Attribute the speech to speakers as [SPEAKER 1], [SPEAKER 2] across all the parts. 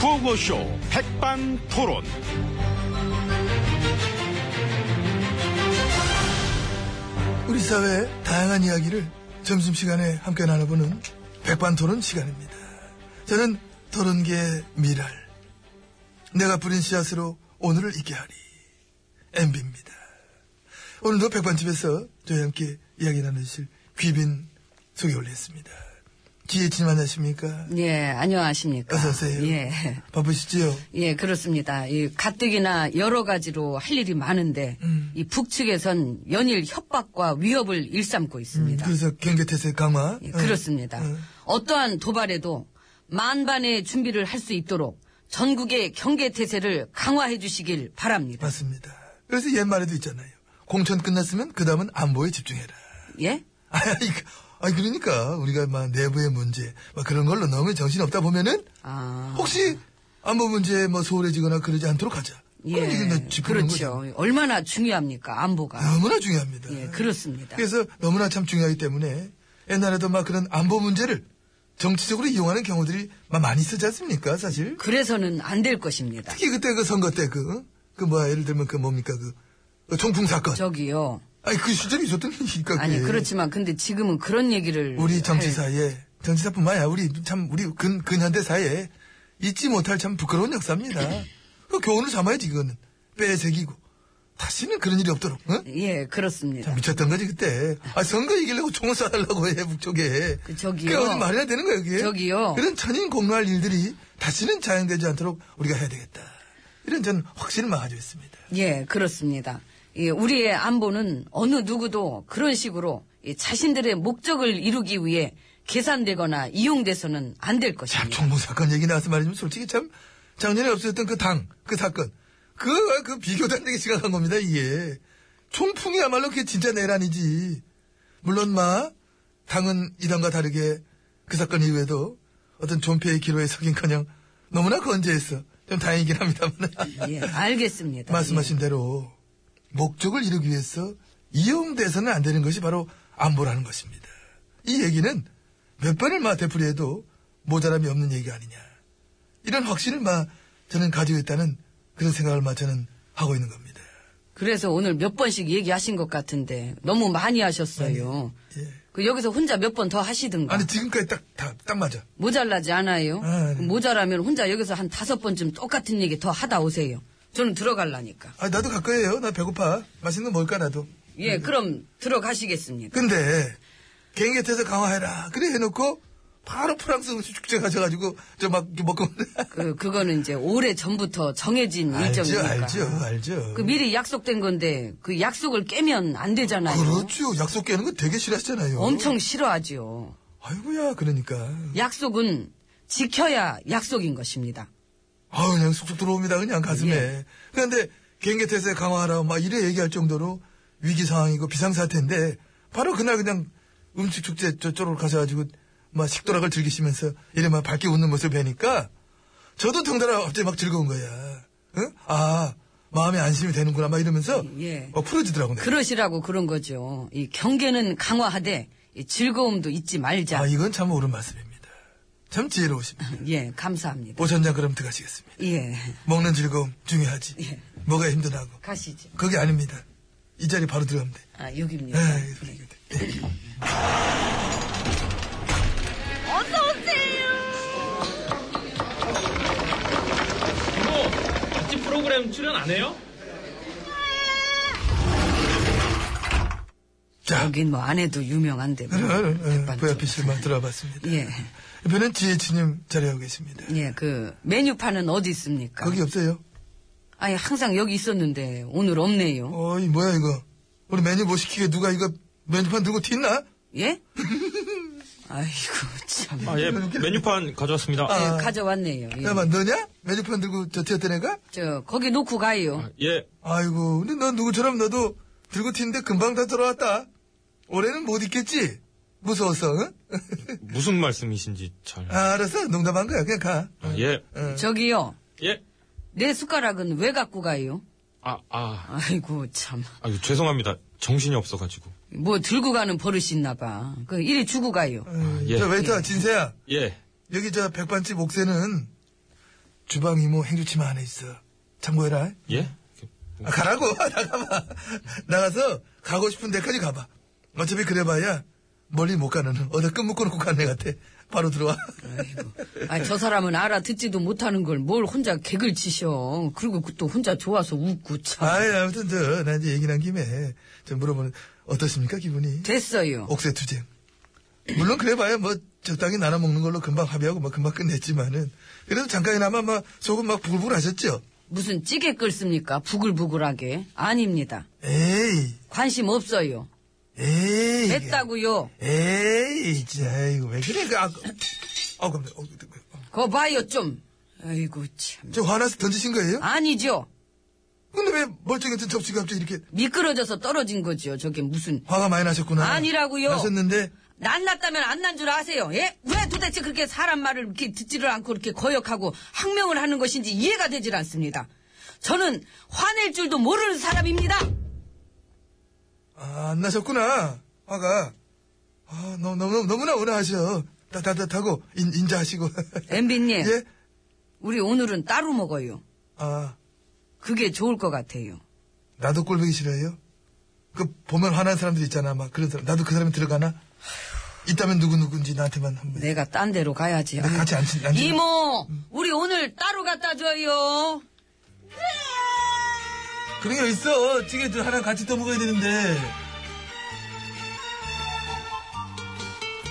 [SPEAKER 1] 구호쇼 백반토론.
[SPEAKER 2] 우리 사회의 다양한 이야기를 점심시간에 함께 나눠보는 백반토론 시간입니다. 저는 토론계 미랄. 내가 뿌린 씨앗으로 오늘을 있게 하리. MB입니다. 오늘도 백반집에서 저희와 함께 이야기 나누실 귀빈 소개 올렸습니다. 기예치님 안녕하십니까?
[SPEAKER 3] 예, 안녕하십니까.
[SPEAKER 2] 어서오세요.
[SPEAKER 3] 예.
[SPEAKER 2] 바쁘시지요?
[SPEAKER 3] 예, 그렇습니다. 이 가뜩이나 여러 가지로 할 일이 많은데,
[SPEAKER 2] 음.
[SPEAKER 3] 이 북측에선 연일 협박과 위협을 일삼고 있습니다.
[SPEAKER 2] 그래서 경계태세 강화.
[SPEAKER 3] 예, 그렇습니다.
[SPEAKER 2] 음, 어.
[SPEAKER 3] 어떠한 도발에도 만반의 준비를 할 수 있도록 전국의 경계태세를 강화해 주시길 바랍니다.
[SPEAKER 2] 맞습니다. 그래서 옛말에도 있잖아요. 공천 끝났으면 그 다음은 안보에 집중해라.
[SPEAKER 3] 예?
[SPEAKER 2] 아니, 그- 아니, 그러니까 우리가 막 내부의 문제 막 그런 걸로 너무 정신 없다 보면은
[SPEAKER 3] 아.
[SPEAKER 2] 혹시 안보 문제 뭐 소홀해지거나 그러지 않도록 하자.
[SPEAKER 3] 예,
[SPEAKER 2] 그런 얘기를 짚는 거죠.
[SPEAKER 3] 그렇죠. 얼마나 중요합니까, 안보가.
[SPEAKER 2] 너무나 중요합니다.
[SPEAKER 3] 예, 그렇습니다.
[SPEAKER 2] 그래서 너무나 참 중요하기 때문에 옛날에도 막 그런 안보 문제를 정치적으로 이용하는 경우들이 막 많이 있었지 않습니까, 사실?
[SPEAKER 3] 그래서는 안 될 것입니다.
[SPEAKER 2] 특히 그때 그 선거 때 그, 그 뭐야, 예를 들면 그 뭡니까, 그, 그 통풍 사건.
[SPEAKER 3] 저기요.
[SPEAKER 2] 아니, 그 시절이 있었던 얘기니까. 그게.
[SPEAKER 3] 아니 그렇지만 네. 근데 지금은 그런 얘기를
[SPEAKER 2] 네. 우리
[SPEAKER 3] 할-
[SPEAKER 2] 정치사에 정치사뿐만 아니라 우리 참 우리 근 근현대 사에 잊지 못할 참 부끄러운 역사입니다. 그 교훈을 삼아야지 그거는 빼새기고 다시는 그런 일이 없도록. 응?
[SPEAKER 3] 예 그렇습니다.
[SPEAKER 2] 참 미쳤던 거지 그때. 아 선거 이기려고 총을 쏴달라고 해 북쪽에.
[SPEAKER 3] 그 저기요.
[SPEAKER 2] 그게 어디 말이나 되는 거야 그게.
[SPEAKER 3] 저기요.
[SPEAKER 2] 그런 천인 공로할 일들이 다시는 자행되지 않도록 우리가 해야 되겠다. 이런 전 확신을 막 가지고 있습니다.
[SPEAKER 3] 예 그렇습니다. 이 우리의 안보는 어느 누구도 그런 식으로 이 자신들의 목적을 이루기 위해 계산되거나 이용돼서는 안 될
[SPEAKER 2] 참
[SPEAKER 3] 것입니다.
[SPEAKER 2] 총무 사건 얘기 나와서 말이지만 솔직히 참 작년에 없어졌던 그 당, 그 사건. 그, 그 비교단되게 심각한 겁니다, 이게. 총풍이야말로 그게 진짜 내란이지. 물론 마, 당은 이단과 다르게 그 사건 이후에도 어떤 존폐의 기로에 서긴커녕 너무나 건재했어. 좀 다행이긴 합니다만.
[SPEAKER 3] 예 알겠습니다. 예.
[SPEAKER 2] 말씀하신 대로 목적을 이루기 위해서 이용돼서는 안 되는 것이 바로 안보라는 것입니다. 이 얘기는 몇 번을 막 되풀이해도 모자람이 없는 얘기가 아니냐. 이런 확신을 막 저는 가지고 있다는 그런 생각을 막 저는 하고 있는 겁니다.
[SPEAKER 3] 예. 그래서 오늘 몇 번씩 얘기하신 것 같은데 너무 많이 하셨어요.
[SPEAKER 2] 예.
[SPEAKER 3] 그 여기서 혼자 몇 번 더 하시든가
[SPEAKER 2] 아니 지금까지 딱, 다, 딱 맞아.
[SPEAKER 3] 모자라지 않아요.
[SPEAKER 2] 아, 네.
[SPEAKER 3] 모자라면 혼자 여기서 한 다섯 번쯤 똑같은 얘기 더 하다 오세요. 저는 들어갈라니까.
[SPEAKER 2] 아 나도 갈 거예요. 나 배고파. 맛있는 거 먹을까 나도.
[SPEAKER 3] 예,
[SPEAKER 2] 음.
[SPEAKER 3] 그럼 들어가시겠습니다.
[SPEAKER 2] 근데 개인계태에서 강화해라. 그래 해놓고 바로 프랑스 음식 축제 가셔가지고 저 막 먹고
[SPEAKER 3] 그, 그거는 이제 오래 전부터 정해진
[SPEAKER 2] 알죠
[SPEAKER 3] 일정이니까.
[SPEAKER 2] 알죠 알죠.
[SPEAKER 3] 그 미리 약속된 건데 그 약속을 깨면 안 되잖아요.
[SPEAKER 2] 그렇죠. 약속 깨는 거 되게 싫어하시잖아요.
[SPEAKER 3] 엄청 싫어하지요.
[SPEAKER 2] 아이고야, 그러니까.
[SPEAKER 3] 약속은 지켜야 약속인 것입니다.
[SPEAKER 2] 아유, 그냥 쑥쑥 들어옵니다. 그냥 가슴에.
[SPEAKER 3] 예.
[SPEAKER 2] 그런데 경계 태세 강화하라 막 이래 얘기할 정도로 위기 상황이고 비상 사태인데 바로 그날 그냥 음식 축제 저쪽으로 가셔가지고 막 식도락을 즐기시면서 이래만 밝게 웃는 모습을 뵈니까 저도 덩달아 갑자기 막 즐거운 거야. 응? 아, 마음이 안심이 되는구나 막 이러면서
[SPEAKER 3] 예.
[SPEAKER 2] 막 풀어지더라고. 내가.
[SPEAKER 3] 그러시라고 그런 거죠. 이 경계는 강화하되 이 즐거움도 잊지 말자.
[SPEAKER 2] 아, 이건 참 옳은 말씀입니다. 참 지혜로우십니다.
[SPEAKER 3] 예, 감사합니다.
[SPEAKER 2] 오천장 그럼 들어가시겠습니다.
[SPEAKER 3] 예,
[SPEAKER 2] 먹는 즐거움 중요하지. 뭐가 힘드나고.
[SPEAKER 3] 가시죠.
[SPEAKER 2] 그게 아닙니다. 이 자리 바로 들어가면 돼.
[SPEAKER 3] 아, 여기입니다.
[SPEAKER 2] 에이,
[SPEAKER 3] 예.
[SPEAKER 2] 소리가 돼.
[SPEAKER 4] 이모, 뭐, 같이 프로그램 출연 안 해요?
[SPEAKER 2] 자,
[SPEAKER 3] 여긴 뭐 안 해도 유명한데. 뭐. 백반집.
[SPEAKER 2] VIP실만 들어봤습니다.
[SPEAKER 3] 예.
[SPEAKER 2] 옆에는 지혜치님 자리하고 계십니다.
[SPEAKER 3] 예, 그, 메뉴판은 어디 있습니까?
[SPEAKER 2] 거기 없어요?
[SPEAKER 3] 아니, 항상 여기 있었는데, 오늘 없네요.
[SPEAKER 2] 어이, 뭐야, 이거. 우리 메뉴 못 시키게 누가 이거 메뉴판 들고 튀나?
[SPEAKER 3] 예? 아이고, 참.
[SPEAKER 4] 아, 예, 메뉴판 가져왔습니다.
[SPEAKER 2] 아.
[SPEAKER 3] 예, 가져왔네요. 예.
[SPEAKER 2] 야만 너냐? 메뉴판 들고 저 튀었던 애가?
[SPEAKER 3] 저, 거기 놓고 가요.
[SPEAKER 4] 예,
[SPEAKER 2] 아이고, 근데 넌 누구처럼 너도 들고 튀는데 금방 다 돌아왔다. 올해는 못 있겠지? 무서워서, 응?
[SPEAKER 4] 무슨 말씀이신지 잘.
[SPEAKER 2] 아, 알았어. 농담한 거야. 그냥 가.
[SPEAKER 4] 아, 예,
[SPEAKER 3] 저기요,
[SPEAKER 4] 예.
[SPEAKER 3] 내 숟가락은 왜 갖고 가요?
[SPEAKER 4] 아, 아,
[SPEAKER 3] 아이고, 참.
[SPEAKER 4] 아유, 죄송합니다. 정신이 없어가지고.
[SPEAKER 3] 뭐 들고 가는 버릇이 있나 봐. 그, 이리 주고 가요.
[SPEAKER 2] 음.
[SPEAKER 4] 아, 예.
[SPEAKER 2] 저 웨이터, 진세야.
[SPEAKER 4] 예,
[SPEAKER 2] 여기 저 백반집 옥새는 주방 이모 행주치마 안에 있어. 참고해라.
[SPEAKER 4] 예?
[SPEAKER 2] 아, 가라고 나가봐. 나가서 가고 싶은 데까지 가봐. 어차피 그래봐야 멀리 못 가는 어디 끈 묶어놓고 간 애 같아. 바로 들어와.
[SPEAKER 3] 아, 저 사람은 알아듣지도 못하는 걸 뭘 혼자 개글 치셔. 그리고 그 또 혼자 좋아서 웃고 참.
[SPEAKER 2] 아이 아무튼 저나 이제 얘기 난 김에 좀 물어보는 어떻습니까 기분이?
[SPEAKER 3] 됐어요.
[SPEAKER 2] 옥새 투쟁. 물론 그래봐야 뭐 적당히 나눠 먹는 걸로 금방 합의하고 막 금방 끝냈지만은 그래도 잠깐이나마 막 속은 막 부글부글 하셨죠?
[SPEAKER 3] 무슨 찌개 끓습니까? 부글부글하게. 아닙니다.
[SPEAKER 2] 에이
[SPEAKER 3] 관심 없어요.
[SPEAKER 4] 예.
[SPEAKER 2] 에이
[SPEAKER 3] 됐다고요.
[SPEAKER 2] 에이 진짜 아이고 왜 그래 그 아, 아 깜짝 어, 어, 어.
[SPEAKER 3] 거 봐요 좀. 아이고 참.
[SPEAKER 2] 저 화나서 던지신 거예요?
[SPEAKER 3] 아니죠.
[SPEAKER 2] 근데 왜 멀쩡했던 접시가 갑자기 이렇게
[SPEAKER 3] 미끄러져서 떨어진 거죠. 저게 무슨
[SPEAKER 2] 화가 많이 나셨구나.
[SPEAKER 3] 아니라고요.
[SPEAKER 2] 나셨는데
[SPEAKER 3] 안 났다면 안 난 줄 아세요? 예? 왜 도대체 그렇게 사람 말을 이렇게 듣지를 않고 이렇게 거역하고 항명을 하는 것인지 이해가 되질 않습니다. 저는 화낼 줄도 모르는 사람입니다.
[SPEAKER 2] 아, 안 나셨구나. 화가. 아, 너무, 너무, 너무나 온화하셔. 따뜻하고, 인, 인자하시고.
[SPEAKER 3] 엠비님,
[SPEAKER 2] 예?
[SPEAKER 3] 우리 오늘은 따로 먹어요.
[SPEAKER 2] 아,
[SPEAKER 3] 그게 좋을 것 같아요.
[SPEAKER 2] 나도 꼴보기 싫어요? 그, 보면 화난 사람들 있잖아. 막, 그런 사람. 나도 그 사람이 들어가나? 있다면 누구누구인지 나한테만 한 번.
[SPEAKER 3] 내가 딴 데로 가야지.
[SPEAKER 2] 내가 네, 같이 앉힌, 앉힌.
[SPEAKER 3] 네. 이모, 우리 오늘 따로 갖다 줘요.
[SPEAKER 2] 그런 게 있어. 찌개 좀 하나 같이 떠먹어야 되는데.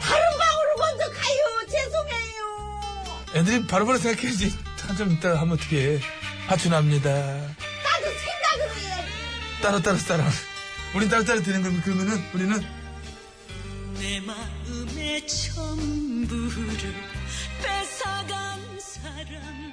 [SPEAKER 5] 다른 방으로 먼저 가요. 죄송해요.
[SPEAKER 2] 애들이 바로바로 생각해야지. 한참 이따 하면 어떻게 해. 하춘합니다.
[SPEAKER 5] 나도 그 생각을 해야지.
[SPEAKER 2] 따로따로 따로. 우린 따로따로 되는 거면, 그러면은, 우리는
[SPEAKER 6] 내 마음의 전부를 뺏어간 사람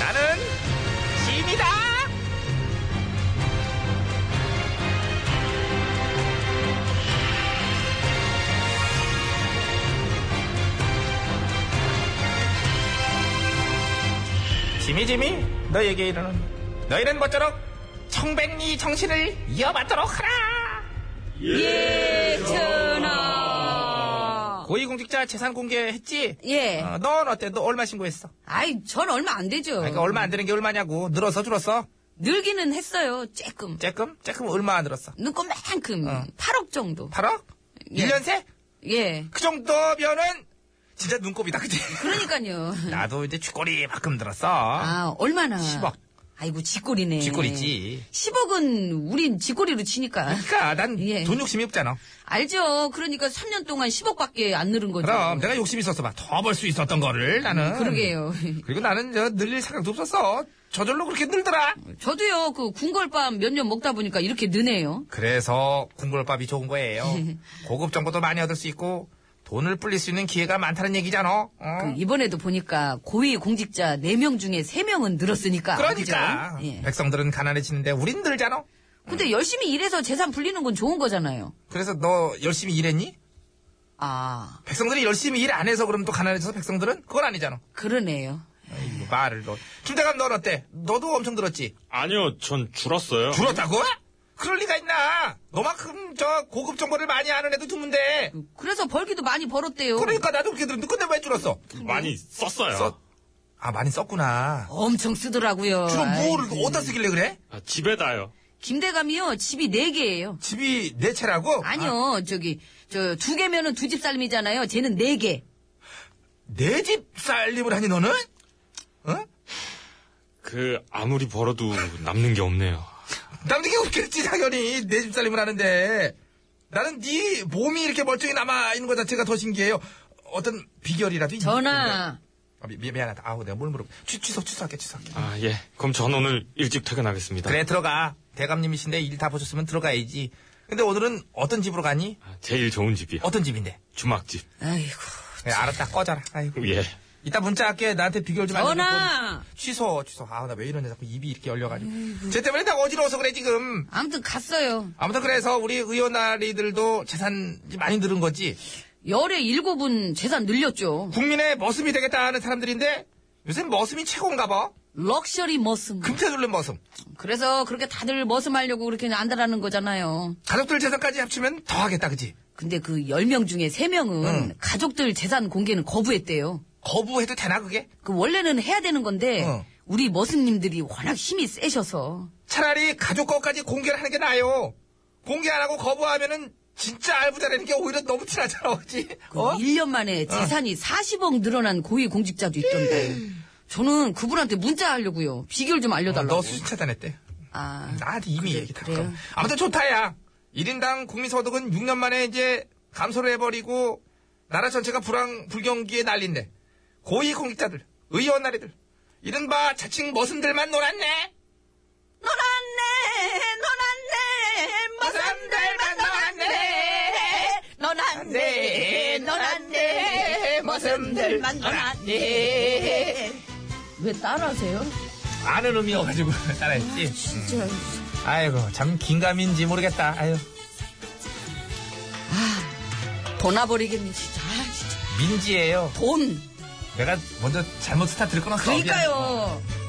[SPEAKER 1] 나는 짐이다.
[SPEAKER 7] 지미 지미 너에게 이르는 너희는 모쪼록 청백리 정신을 이어받도록 하라
[SPEAKER 3] 예, 전하.
[SPEAKER 7] 고위공직자 재산 공개했지?
[SPEAKER 3] 예.
[SPEAKER 7] 어, 넌 어때? 너 얼마 신고했어?
[SPEAKER 3] 아이, 전 얼마 안 되죠.
[SPEAKER 7] 그러니까 얼마 안 되는 게 얼마냐고 늘어서 줄었어?
[SPEAKER 3] 늘기는 했어요, 조금.
[SPEAKER 7] 쬐끔? 쬐끔 얼마 안 늘었어?
[SPEAKER 3] 눈꼽만큼 8억 정도.
[SPEAKER 7] 8억?
[SPEAKER 3] 예.
[SPEAKER 7] 1년 새?
[SPEAKER 3] 예.
[SPEAKER 7] 그 정도면은 진짜 눈곱이다 그치?
[SPEAKER 3] 그러니까요.
[SPEAKER 7] 나도 이제 쥐꼬리만큼 늘었어
[SPEAKER 3] 아, 얼마나?
[SPEAKER 7] 10억.
[SPEAKER 3] 아이고, 지꼴이네.
[SPEAKER 7] 쥐꼬리지.
[SPEAKER 3] 10억은 우린 지꼴이로 치니까.
[SPEAKER 7] 그러니까 난 돈
[SPEAKER 3] 예.
[SPEAKER 7] 욕심이 없잖아
[SPEAKER 3] 알죠. 그러니까 3년 동안 10억밖에 안 늘은 거죠.
[SPEAKER 7] 그럼 내가 욕심이 있었어 봐더 벌 수 있었던 거를 나는
[SPEAKER 3] 음, 그러게요.
[SPEAKER 7] 그리고 나는 저 늘릴 생각도 없었어 저절로 그렇게 늘더라
[SPEAKER 3] 저도요, 그 궁궐밥 몇 년 먹다 보니까 이렇게 느네요.
[SPEAKER 7] 그래서 궁궐밥이 좋은 거예요. 고급 정보도 많이 얻을 수 있고 돈을 불릴 수 있는 기회가 많다는 얘기잖아. 어?
[SPEAKER 3] 그 이번에도 보니까 고위 공직자 4명 중에 3명은 늘었으니까.
[SPEAKER 7] 그러니까
[SPEAKER 3] 그죠? 예.
[SPEAKER 7] 백성들은 가난해지는데 우린 늘잖아.
[SPEAKER 3] 근데 열심히 일해서 재산 불리는 건 좋은 거잖아요.
[SPEAKER 7] 그래서 너 열심히 일했니?
[SPEAKER 3] 아,
[SPEAKER 7] 백성들이 열심히 일 안 해서 그럼 또 가난해져서 백성들은 그건 아니잖아.
[SPEAKER 3] 그러네요.
[SPEAKER 7] 아이고, 말을 너. 준대감 넌 어때? 너도 엄청 들었지?
[SPEAKER 4] 아니요, 전 줄었어요.
[SPEAKER 7] 줄었다고? 그럴 리가 있나? 너만큼 저 고급 정보를 많이 아는 애도 드문데.
[SPEAKER 3] 그래서 벌기도 많이 벌었대요.
[SPEAKER 7] 그러니까 나도 그렇게 들었는데 끝내 왜 줄었어?
[SPEAKER 4] 많이 썼어요.
[SPEAKER 7] 썼. 아 많이 썼구나.
[SPEAKER 3] 엄청 쓰더라고요.
[SPEAKER 7] 주로 뭐를
[SPEAKER 3] 어, 아이고.
[SPEAKER 7] 어디다 쓰길래 그래?
[SPEAKER 4] 아, 집에다요.
[SPEAKER 3] 김대감이요 집이 네 개예요.
[SPEAKER 7] 집이 내 채라고? 아,
[SPEAKER 3] 아니요 저기 저 두 개면은 두 집 살림이잖아요. 쟤는 네 개.
[SPEAKER 7] 내집 살림을 하니 너는? 어?
[SPEAKER 4] 그 아무리 벌어도 남는 게 없네요.
[SPEAKER 7] 남들이 웃겠지 당연히 내 집 살림을 하는데 나는 네 몸이 이렇게 멀쩡히 남아 있는 것 자체가 더 신기해요. 어떤 비결이라도 있는
[SPEAKER 3] 전화
[SPEAKER 7] 아, 미, 미- 미안하다. 아우 내가 뭘 물어. 취, 취소 취소할게 취소할게.
[SPEAKER 4] 아, 예. 그럼 전 오늘 일찍 퇴근하겠습니다.
[SPEAKER 7] 그래 들어가. 대감님이신데 일 다 보셨으면 들어가야지. 근데 오늘은 어떤 집으로 가니?
[SPEAKER 4] 아, 제일 좋은 집이요.
[SPEAKER 7] 어떤 집인데?
[SPEAKER 4] 주막집.
[SPEAKER 3] 아이고
[SPEAKER 7] 예, 알았다 꺼져라. 아이고.
[SPEAKER 4] 예.
[SPEAKER 7] 이따 문자할게. 나한테 비결 좀 알려줘.
[SPEAKER 3] 전화!
[SPEAKER 7] 취소 취소. 아우 나 왜 이러냐 자꾸 입이 이렇게 열려가지고. 쟤 때문에 나 어지러워서 그래 지금.
[SPEAKER 3] 아무튼 갔어요.
[SPEAKER 7] 아무튼 그래서 우리 의원아리들도 재산 많이 늘은 거지.
[SPEAKER 3] 열에 일곱은 재산 늘렸죠.
[SPEAKER 7] 국민의 머슴이 되겠다 하는 사람들인데 요새 머슴이 최고인가 봐.
[SPEAKER 3] 럭셔리 머슴.
[SPEAKER 7] 금태 둘른 머슴.
[SPEAKER 3] 그래서 그렇게 다들 머슴하려고 그렇게 안다라는 거잖아요.
[SPEAKER 7] 가족들 재산까지 합치면 더 하겠다 그지?
[SPEAKER 3] 근데 그 10명 중에 3명은 가족들 재산 공개는 거부했대요.
[SPEAKER 7] 거부해도 되나 그게?
[SPEAKER 3] 그 원래는 해야 되는 건데
[SPEAKER 7] 어.
[SPEAKER 3] 우리 머슴님들이 워낙 힘이 세셔서
[SPEAKER 7] 차라리 가족 거까지 공개를 하는 게 나아요. 공개 안 하고 거부하면은 진짜 알부자라는 게 오히려 너무 티나잖아, 그지?
[SPEAKER 3] 그
[SPEAKER 7] 어?
[SPEAKER 3] 1년 만에 재산이 40억 늘어난 고위 공직자도 있던데. 저는 그분한테 문자 하려고요. 비결 좀 알려달라고.
[SPEAKER 7] 어, 너 수신 차단했대.
[SPEAKER 3] 아,
[SPEAKER 7] 나한테 이미
[SPEAKER 3] 그래,
[SPEAKER 7] 얘기 다
[SPEAKER 3] 그래요?
[SPEAKER 7] 그럼. 아무튼 좋다야. 1인당 국민소득은 6년 만에 이제 감소를 해버리고 나라 전체가 불황, 불경기에 난린데 고위공직자들, 의원 나리들 이른바 자칭 머슴들만 놀았네.
[SPEAKER 3] 너란네, 너란네,
[SPEAKER 7] 머슴들만 놀았네.
[SPEAKER 3] 너란네, 너란네,
[SPEAKER 7] 머슴들만
[SPEAKER 3] 너란네. 왜 따라하세요?
[SPEAKER 7] 아는 의미여가지고 따라했지.
[SPEAKER 3] 진짜.
[SPEAKER 7] 아이고 참 긴가민지 모르겠다. 아유
[SPEAKER 3] 보나버리겠네, 진짜. 아, 진짜.
[SPEAKER 7] 민지예요.
[SPEAKER 3] 돈.
[SPEAKER 7] 내가 먼저 잘못 스타트를 끊었어.
[SPEAKER 3] 그러니까요.